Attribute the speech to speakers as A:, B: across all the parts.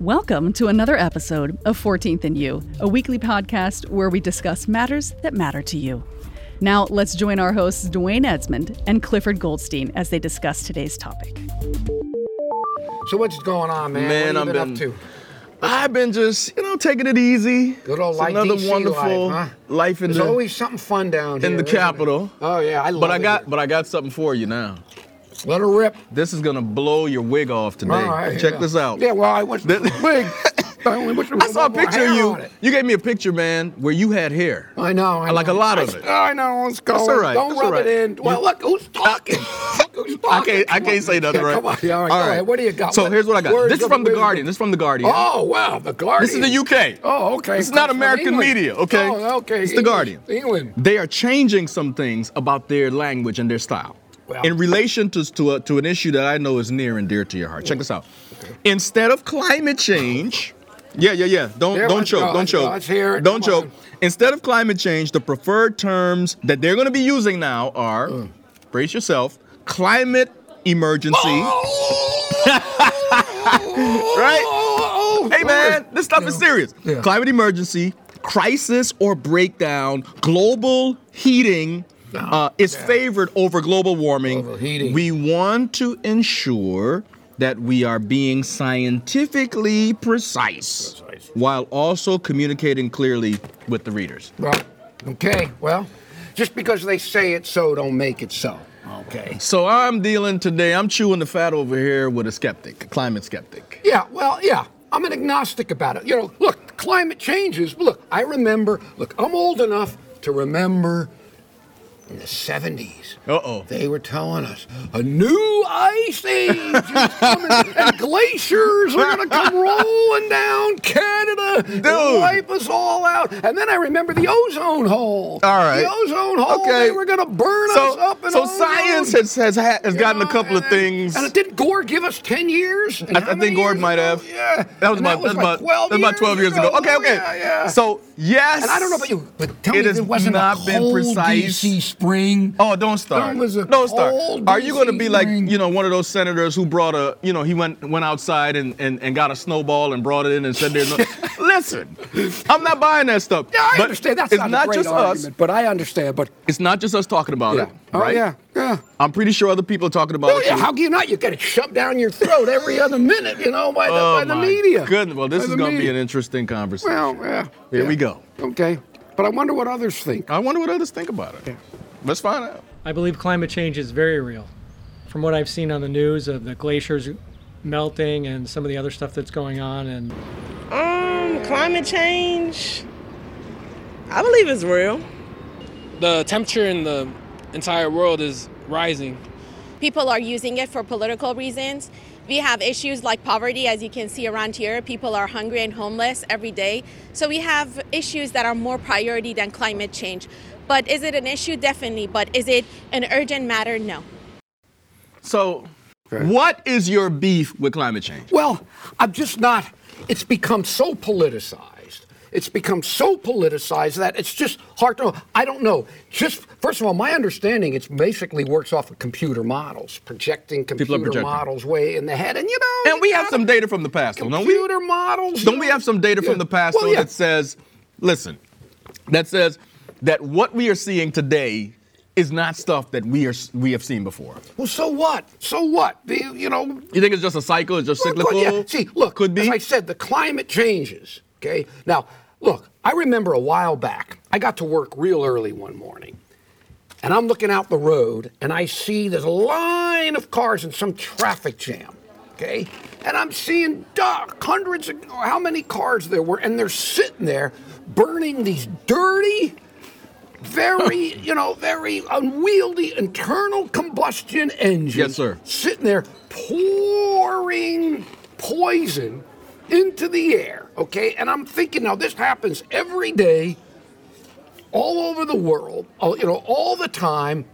A: Welcome to another episode of 14th and You, a weekly podcast where we discuss matters that matter to you. Now, let's join our hosts, Dwayne Edmond and Clifford Goldstein, as they discuss today's topic.
B: So what's going on, man?
C: Man,
B: what have you
C: I've
B: been,
C: been-
B: up to?
C: I've been just, you know, taking it easy.
B: Good old
C: It's
B: life,
C: another
B: DC
C: wonderful
B: life, huh?
C: life in
B: There's
C: the
B: always something fun down here.
C: in the
B: isn't there?
C: capital.
B: Oh yeah, I love
C: But I
B: it
C: got
B: here.
C: but I got something for you now.
B: Let her rip.
C: This is gonna blow your wig off today.
B: All right,
C: Check
B: yeah.
C: this out.
B: Yeah, well, I went to
C: This-
B: the wig. I only went to
C: I saw a
B: one more
C: picture of
B: hair
C: you.
B: on it.
C: You gave me a picture, man, where you had hair.
B: I know. I
C: I like
B: know.
C: a lot
B: I-
C: of it.
B: I know. It's going.
C: all right,
B: Don't
C: that's
B: rub
C: all right.
B: it in. Well, look who's talking. Look who's talking.
C: I can't I
B: Come on.
C: can't say nothing
B: Yeah,
C: right.
B: Come on. Yeah, all right. go ahead. What do you got?
C: So here's what I got.
B: words
C: This is
B: of
C: from the
B: wisdom?
C: Guardian. This is from the Guardian.
B: Oh wow, the Guardian.
C: This is the UK.
B: Oh okay.
C: It's not
B: From
C: American
B: England.
C: media, okay?
B: Oh okay.
C: It's the
B: English-
C: Guardian.
B: England.
C: They are changing some things about their language and their style.
B: Well-
C: in relation to, to, a, to an issue that I know is near and dear to your heart. Check this out. Instead of climate change, yeah, yeah, yeah. Don't
B: There
C: don't
B: we
C: choke.
B: go.
C: Don't choke.
B: Let's hear it.
C: Don't
B: Come
C: choke.
B: on.
C: Instead of climate change, the preferred terms that they're going to be using now are
B: Mm.
C: brace yourself, climate emergency. right? Hey man, this stuff is serious.
B: Yeah.
C: Climate emergency, crisis or breakdown, global heating uh, is
B: yeah.
C: favored over global warming.
B: Global heating.
C: We want to ensure that we are being scientifically precise,
B: Precise.
C: while also communicating clearly with the readers.
B: Well, okay, well, just because they say it so don't make it so. Okay.
C: So I'm dealing today, I'm chewing the fat over here with a skeptic, a climate skeptic.
B: Yeah, well, yeah. I'm an agnostic about it. You know, look, climate changes. Look, I remember, look, I'm old enough to remember in the 70s.
C: Uh-oh.
B: They were telling us a new ice age is coming and glaciers are going to come rolling down Canada and
C: Dude.
B: wipe us all out. And then I remember the ozone hole.
C: All right.
B: The ozone hole,
C: Okay.
B: they were going to burn us
C: So,
B: up. in
C: so
B: ozone.
C: science has has, ha- has gotten a
B: Yeah,
C: couple of
B: and then-
C: things.
B: And didn't Gore give us 10 years? And
C: I,
B: how
C: I
B: many
C: think Gord
B: years
C: might
B: ago?
C: have.
B: Yeah.
C: That was
B: And
C: about that's about
B: like 12
C: that's about 12 years ago. Okay, okay.
B: Yeah, yeah.
C: So yes.
B: and I don't know about you, but tell
C: it
B: me if
C: has
B: it wasn't
C: not
B: a
C: been
B: cold
C: precise.
B: DC spring.
C: Oh, don't start.
B: That was a
C: don't start.
B: cold
C: Are you going to be like
B: evening.
C: you know one of those senators who brought a you know he went went outside and and, and got a snowball and brought it in and said there's no. Listen, I'm not buying that stuff.
B: Yeah, I
C: But
B: understand. That's
C: it's
B: not,
C: not,
B: a great
C: just
B: argument,
C: us.
B: but I understand. But
C: It's not just us talking about
B: yeah.
C: it.
B: oh
C: Right?
B: yeah, yeah.
C: I'm pretty sure other people are talking about
B: Oh
C: it.
B: yeah,
C: too.
B: how can you not? You get it shoved down your throat every other minute, you know, by the,
C: Oh,
B: by the
C: my
B: media.
C: Goodness. Well, this
B: By
C: is
B: the
C: going to be
B: media.
C: an interesting conversation.
B: Well, yeah.
C: Here
B: yeah.
C: we go.
B: Okay, but I wonder what others think.
C: I wonder what others think about it. Let's find out.
D: I believe climate change is very real. From what I've seen on the news of the glaciers melting and some of the other stuff that's going on, and
E: Um, climate change. I believe it's real.
F: the temperature in the entire world is rising.
G: people are using it for political reasons. We have issues like poverty, as you can see around here. People are hungry and homeless every day. So we have issues that are more priority than climate change. But is it an issue? Definitely. But is it an urgent matter? No.
C: So, what is your beef with climate change?
B: Well, I'm just not. It's become so politicized. It's become so politicized that it's just hard to. I don't know. Just first of all, my understanding it's basically works off of computer models, projecting
C: are
B: computer
C: projecting.
B: models way in the head, and you know.
C: And we have
B: gotta-
C: some data from the past, though, don't we?
B: computer models.
C: Don't we have some data from the past
B: Well,
C: though,
B: yeah.
C: that says, listen, that says that what we are seeing today is not stuff that we are we have seen before.
B: Well, so what? So what? The, you know,
C: You think it's just a cycle? It's just
B: Well, of course,
C: cyclical?
B: yeah. See, look,
C: could be.
B: as I said, the climate changes. Okay. Now, look, I remember a while back, I got to work real early one morning. And I'm looking out the road and I see this line of cars in some traffic jam. Okay? And I'm seeing duck, hundreds of how many cars there were, and they're sitting there burning these dirty, very, you know, very unwieldy internal combustion engines.
C: Yes, sir.
B: Sitting there pouring poison into the air. Okay? And I'm thinking now this happens every day all over the world, all- you know, all the time.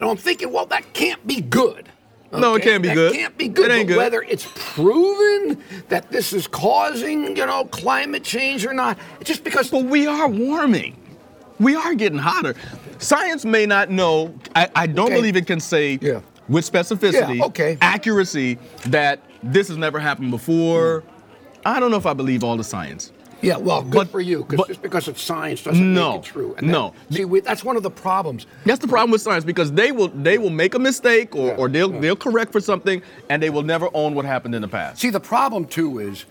B: And I'm thinking, well, that can't be good.
C: No, it can't be
B: that
C: good.
B: can't be good.
C: It ain't
B: but
C: good.
B: Whether it's proven that this is causing, you know, climate change or not, just because.
C: But we are warming. We are getting hotter. Science may not know, I, I don't
B: Okay.
C: believe it can say
B: Yeah.
C: with specificity,
B: Yeah, okay. Hmm.
C: accuracy, that this has never happened before. I don't know if I believe all the science.
B: Yeah, well, good
C: But-
B: for you. 'cause
C: but-
B: just because it's science doesn't
C: No,
B: make it true.
C: no.
B: That, see, we, that's one of the problems.
C: That's the problem with science because they will they will make a mistake or,
B: Yeah,
C: or they'll
B: yeah.
C: they'll correct for something and they will never own what happened in the past.
B: See, the problem too is,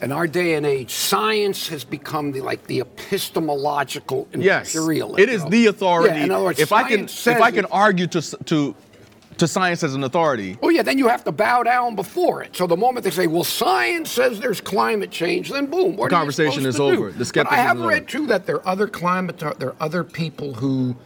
B: in our day and age, science has become the like the epistemological
C: Yes,
B: imperialism.
C: it is the authority.
B: Yeah, in other words,
C: if I can
B: science
C: if
B: says
C: I can
B: it-
C: argue to s- to to science as an authority,
B: Oh yeah, then you have to bow down before it. So the moment they say, "Well, science says there's climate change," then boom, what are you
C: The conversation
B: supposed
C: is
B: to
C: over.
B: Do?
C: The
B: but I
C: skepticism
B: have
C: is over.
B: read too that there are other climate there are other people who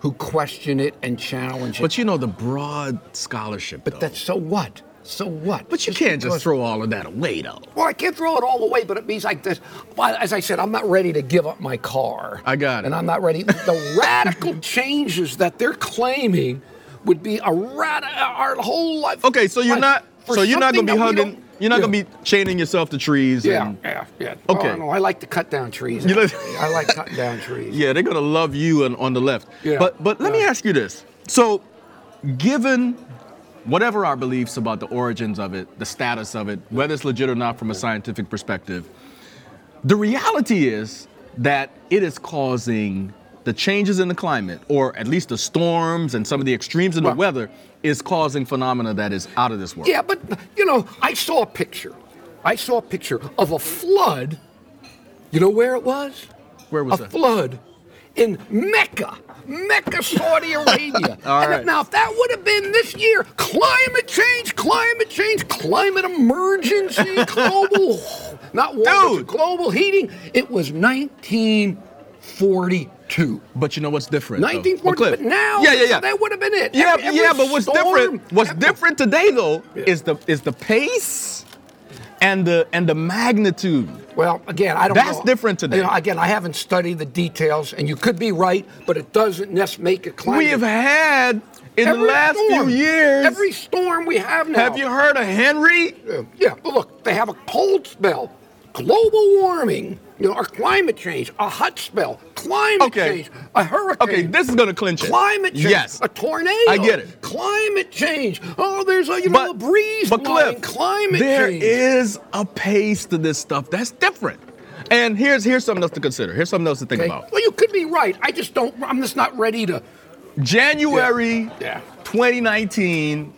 B: who question it and challenge it.
C: but you know the broad scholarship.
B: but
C: though.
B: that's so what? So what?
C: but you
B: Just
C: can't just
B: because-
C: throw all of that away though.
B: Well, I can't throw it all away, but it means like this. Well, as I said, I'm not ready to give up my car.
C: I got it.
B: And I'm not ready. The radical changes that they're claiming would be a rat our whole life.
C: Okay, so you're
B: life
C: not
B: for
C: so you're not
B: something
C: gonna
B: that
C: be
B: we
C: hugging.
B: don't-
C: You're not
B: Yeah.
C: gonna be chaining yourself to trees.
B: Yeah,
C: and-
B: yeah, yeah.
C: Okay.
B: Oh, no, I like to cut down trees.
C: You like-
B: actually. I like cutting down trees.
C: Yeah, they're gonna love you and on the left.
B: Yeah.
C: But but let me
B: Yeah.
C: ask you this. So, given whatever our beliefs about the origins of it, the status of it, whether it's legit or not from a scientific perspective, the reality is that it is causing the changes in the climate, or at least the storms and some of the extremes in the
B: Right.
C: weather, is causing phenomena that is out of this world.
B: Yeah, but you know, I saw a picture. I saw a picture of a flood. You know where it was?
C: Where was
B: a
C: that?
B: flood in Mecca, Mecca, Saudi Arabia.
C: All
B: And if-
C: right.
B: now, if that would have been this year, climate change, climate change, climate emergency, global, not warming,
C: Dude.
B: global heating. It was 1942.
C: But you know what's different? though? Well,
B: 1942,
C: Cliff-
B: but now,
C: yeah, yeah, yeah.
B: that would've been it.
C: Yeah,
B: Every- every
C: yeah, but what's
B: storm,
C: different? What's
B: every-
C: different today though
B: Yeah.
C: is the is the pace and the and the magnitude.
B: Well, again, I don't know.
C: That's different today.
B: You know, again, I haven't studied the details, and you could be right, but it doesn't nec- make it climate.
C: We have had in
B: Every
C: the last
B: storm,
C: few years.
B: Every storm we have now.
C: have you heard of Henry?
B: Yeah, Yeah, but look, they have a cold spell, global warming, you know, or climate change, a hot spell, climate
C: Okay.
B: change, a hurricane.
C: Okay, this is gonna clinch it.
B: Climate change,
C: Yes.
B: a tornado.
C: I get it.
B: Climate change. Oh, there's a you know a breeze
C: but
B: blowing.
C: Cliff,
B: climate
C: there
B: change.
C: is a pace to this stuff that's different. And here's here's something else to consider. Here's something else to think
B: Okay?
C: about.
B: Well, you could be right. I just don't. I'm just not ready to.
C: January
B: Yeah.
C: 2019,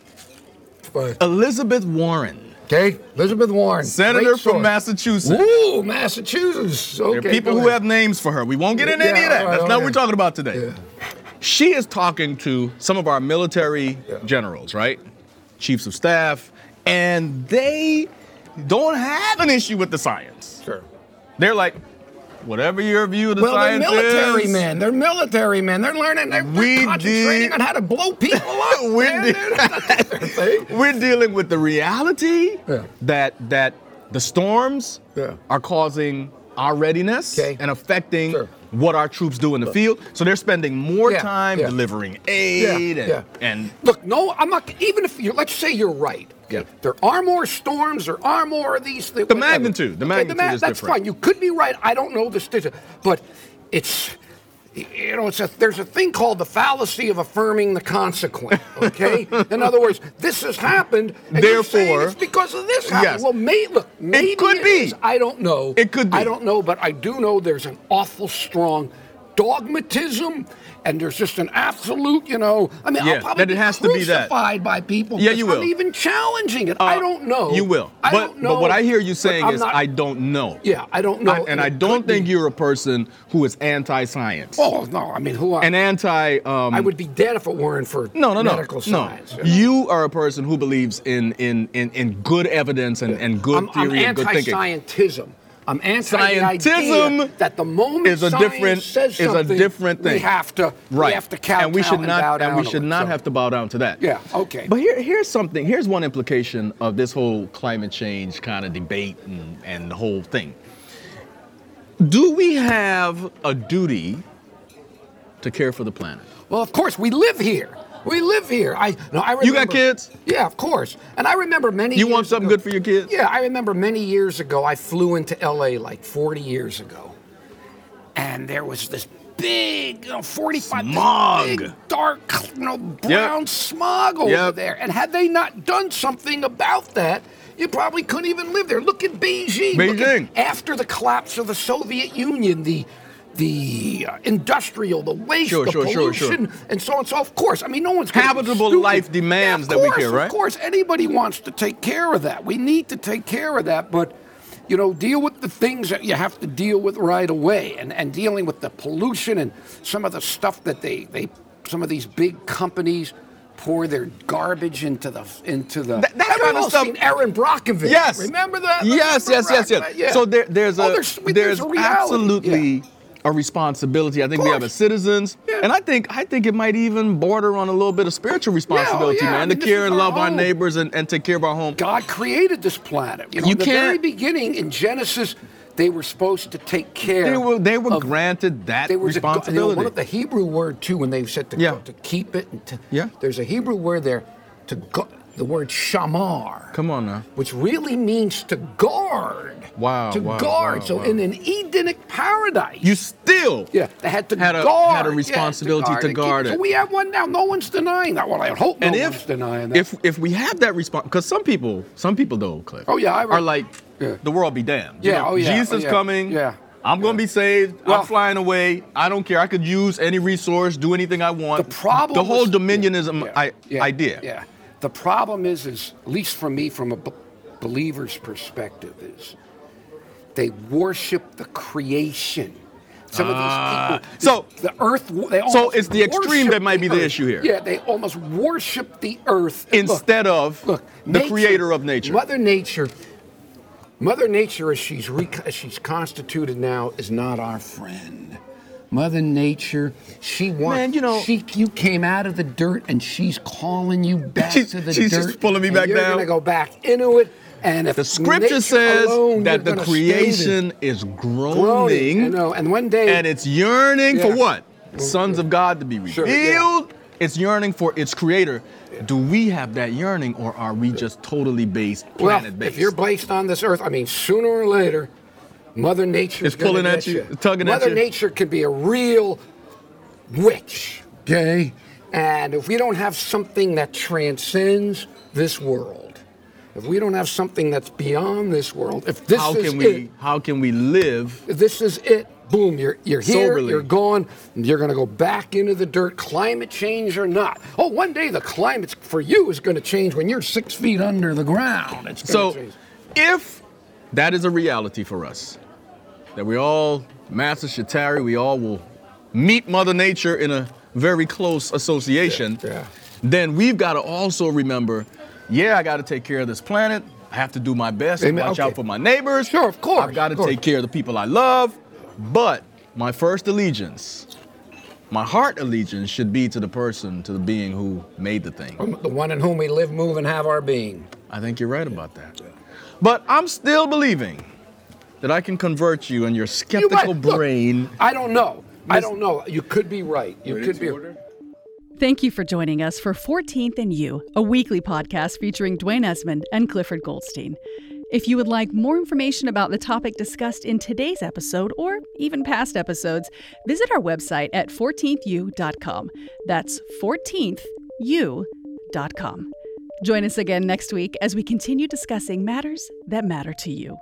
B: But,
C: Elizabeth Warren,
B: okay, Elizabeth Warren,
C: senator
B: great
C: from
B: source.
C: Massachusetts.
B: Ooh, Massachusetts. Okay,
C: There are people
B: go
C: who
B: ahead.
C: have names for her. We won't get into
B: Yeah,
C: any of that.
B: all right,
C: That's
B: all
C: not what
B: right.
C: we're talking about today. She is talking to some of our military
B: Yeah.
C: generals, right? Chiefs of staff, and they don't have an issue with the science.
B: Sure.
C: They're like, whatever your view of the
B: Well, they're
C: science
B: military
C: is,
B: men. They're military men. They're learning. They're, they're
C: We
B: concentrating
C: did-
B: on how to blow people up.
C: We
B: man.
C: did-
B: That's- that's their thing.
C: We're dealing with the reality
B: Yeah.
C: that that the storms
B: Yeah.
C: are causing our readiness
B: Okay.
C: and affecting
B: Sure.
C: what our troops do in the field. So they're spending more
B: Yeah,
C: time
B: yeah.
C: delivering
B: Yeah,
C: aid and,
B: yeah.
C: and
B: look, no, I'm not. Even if you let's say you're right.
C: Yeah.
B: There are more storms. There are more of these things.
C: The magnitude, the magnitude is
B: that's
C: different.
B: fine. You could be right. I don't know this, this- but it's. You know, it's a, there's a thing called the fallacy of affirming the consequent. Okay, in other words, this has happened. And you're saying
C: Therefore-
B: it's because of this happened.
C: Yes.
B: Well, may, look, maybe
C: could
B: it
C: be.
B: is. I don't know.
C: It could be.
B: I don't know, but I do know there's an awful strong dogmatism, and there's just an absolute. You know, I mean,
C: Yeah,
B: I'll probably
C: that it
B: be
C: has to be that.
B: crucified by people.
C: Yeah,
B: because
C: you will.
B: I'm even challenging it. I
C: Uh,
B: don't know.
C: You will.
B: I
C: but,
B: don't know.
C: but what I hear you
B: but
C: saying
B: I'm
C: is,
B: not-
C: I don't know.
B: Yeah, I don't know.
C: I- and I
B: It could
C: don't
B: be-
C: think you're a person who is anti-science.
B: Oh no! I mean, who? I,
C: And anti. Um,
B: I would be dead if it weren't for
C: no, no, no,
B: medical
C: no.
B: science.
C: You are a person who believes in in in, in good evidence and, and good
B: I'm,
C: theory
B: I'm
C: and good thinking.
B: anti-scientism. I'm anti
C: Scientism
B: that the moment
C: is a
B: science
C: different-
B: says
C: is a
B: something,
C: different
B: We
C: thing.
B: have to
C: Right.
B: We have to count
C: and we should not
B: bow down
C: and we
B: to
C: should
B: it,
C: not
B: so.
C: have to bow down to that.
B: Yeah, okay.
C: But here here's something. Here's one implication of this whole climate change kind of debate and, and the whole thing. Do we have a duty to care for the planet?
B: Well, of course, we live here. We live here. I no, I remember,
C: You got kids?
B: Yeah, of course. And I remember many.
C: You want
B: years
C: something
B: ago-
C: good for your kids?
B: Yeah, I remember many years ago. I flew into L.A. like 40 years ago, and there was this big, you know, 45 this
C: Smog.
B: big, dark, you know, brown smog over
C: Yep.
B: there. And had they not done something about that, You probably couldn't even live there. Look at Beijing. Look at-
C: Beijing.
B: after the collapse of the Soviet Union, the the uh, industrial, the waste,
C: Sure,
B: the
C: sure, sure, sure.
B: pollution, and so on. So of course, I mean, no one's gonna be
C: Habitable
B: stupid.
C: life
B: Yeah,
C: demands
B: of
C: that we
B: course,
C: care, right?
B: Of course, anybody wants to take care of that. We need to take care of that, but you know, deal with the things that you have to deal with right away, and and dealing with the pollution and some of the stuff that they they some of these big companies. Pour their garbage into the into the.
C: That- that
B: Have you
C: kind of
B: all
C: stuff-
B: seen Aaron Brockovich.
C: Yes.
B: Remember that?
C: Yes, yes, yes, yes.
B: Yeah.
C: So there, there's a
B: Oh, there's,
C: there's,
B: a reality.
C: absolutely
B: Yeah.
C: a responsibility. I think we have
B: course.
C: as citizens,
B: Yeah.
C: and I think I think it might even border on a little bit of spiritual responsibility,
B: yeah, I
C: man,
B: mean,
C: to
B: this
C: care
B: is
C: and
B: our
C: love our
B: home.
C: neighbors and, and take care of our home.
B: God created this planet. You, know,
C: You
B: in the
C: can't-
B: very beginning in Genesis, they were supposed to take care.
C: They were they were
B: of-
C: granted that
B: They were to go- you know,
C: responsibility.
B: one of the Hebrew word too, when they said to,
C: Yeah.
B: to keep it. And to,
C: Yeah.
B: There's a Hebrew word there to gu- the word shamar.
C: Come on now.
B: which really means to guard.
C: Wow,
B: To
C: wow,
B: guard.
C: wow,
B: so
C: wow.
B: in an Edenic paradise.
C: You still
B: Yeah, they had to
C: Had a-
B: guard.
C: had a
B: yeah,
C: responsibility to
B: and
C: guard
B: keep-
C: it.
B: So we have one now. No one's denying that. Well, I hope no
C: and
B: one's
C: if
B: denying that.
C: if if we have that response, because some people some people though, Cliff.
B: Oh, yeah, I re-
C: are like
B: Yeah.
C: the world be damned. You
B: Yeah,
C: know,
B: oh, yeah,
C: Jesus
B: oh, yeah,
C: coming.
B: yeah,
C: I'm gonna be saved.
B: Well-
C: I'm flying away. I don't care. I could use any resource, do anything I want.
B: the problem.
C: The whole
B: is-
C: dominionism
B: yeah,
C: I,
B: yeah,
C: idea.
B: Yeah. The problem is, is at least for me, from a b- believer's perspective, is they worship the creation. Some of these people.
C: Ah. so-
B: the earth. w- They
C: so
B: almost
C: it's the extreme
B: worship
C: that might be the
B: earth.
C: issue here.
B: Yeah, they almost worship the earth Look,
C: Instead of
B: look,
C: the
B: nature-
C: creator of nature.
B: Mother Nature. Mother Nature, as she's re- as she's constituted now, is not our friend. Mother Nature, she wants.
C: Man, you know-
B: she, you came out of the dirt, and she's calling you back
C: She's-
B: to the
C: she's
B: dirt.
C: just pulling me
B: and
C: back
B: you're
C: down.
B: gonna go back into it, and if
C: The scripture
B: nature
C: says
B: alone,
C: that
B: you're
C: the
B: gonna stay there.
C: creation is
B: Groaning, I
C: groaning,
B: know, and one day,
C: and it's yearning for
B: Yeah.
C: what? Sons of God to be revealed.
B: Sure, yeah.
C: It's yearning for its creator. Do we have that yearning, or are we just totally based,
B: well,
C: planet based?
B: if you're based on this earth, I mean, sooner or later, Mother Nature
C: It's pulling at you, tugging at
B: Mother
C: you.
B: Nature can be a real witch, okay? And if we don't have something that transcends this world, if we don't have something that's beyond this world, if this
C: how
B: is
C: can we?
B: it,
C: How can we live
B: if this is it. Boom, you're you're here,
C: Soberly.
B: you're gone, you're gonna go back into the dirt, climate change or not. Oh, one day the climate for you is gonna change when you're six feet under the ground. It's gonna
C: So,
B: change.
C: if that is a reality for us, that we all, Master Shatari, we all will meet Mother Nature in a very close association,
B: Yeah, yeah.
C: then we've got to also remember yeah, I got to take care of this planet. I have to do my best
B: Amen,
C: to watch
B: okay.
C: out for my neighbors.
B: Sure, of course,
C: I've got to
B: of course.
C: take care of the people I love. But my first allegiance, my heart allegiance, should be to the person, to the being who made the thing.
B: the one in whom we live, move, and have our being.
C: I think you're right about that. But I'm still believing that I can convert you and
B: You
C: your
B: might-
C: skeptical
B: look,
C: brain.
B: I don't know. I don't know. You could be right. You could be.
A: Thank you for joining us for 14th and You, a weekly podcast featuring Dwayne Esmond and Clifford Goldstein. If you would like more information about the topic discussed in today's episode or even past episodes, visit our website at 14thu.com. That's 14thu.com. Join us again next week as we continue discussing matters that matter to you.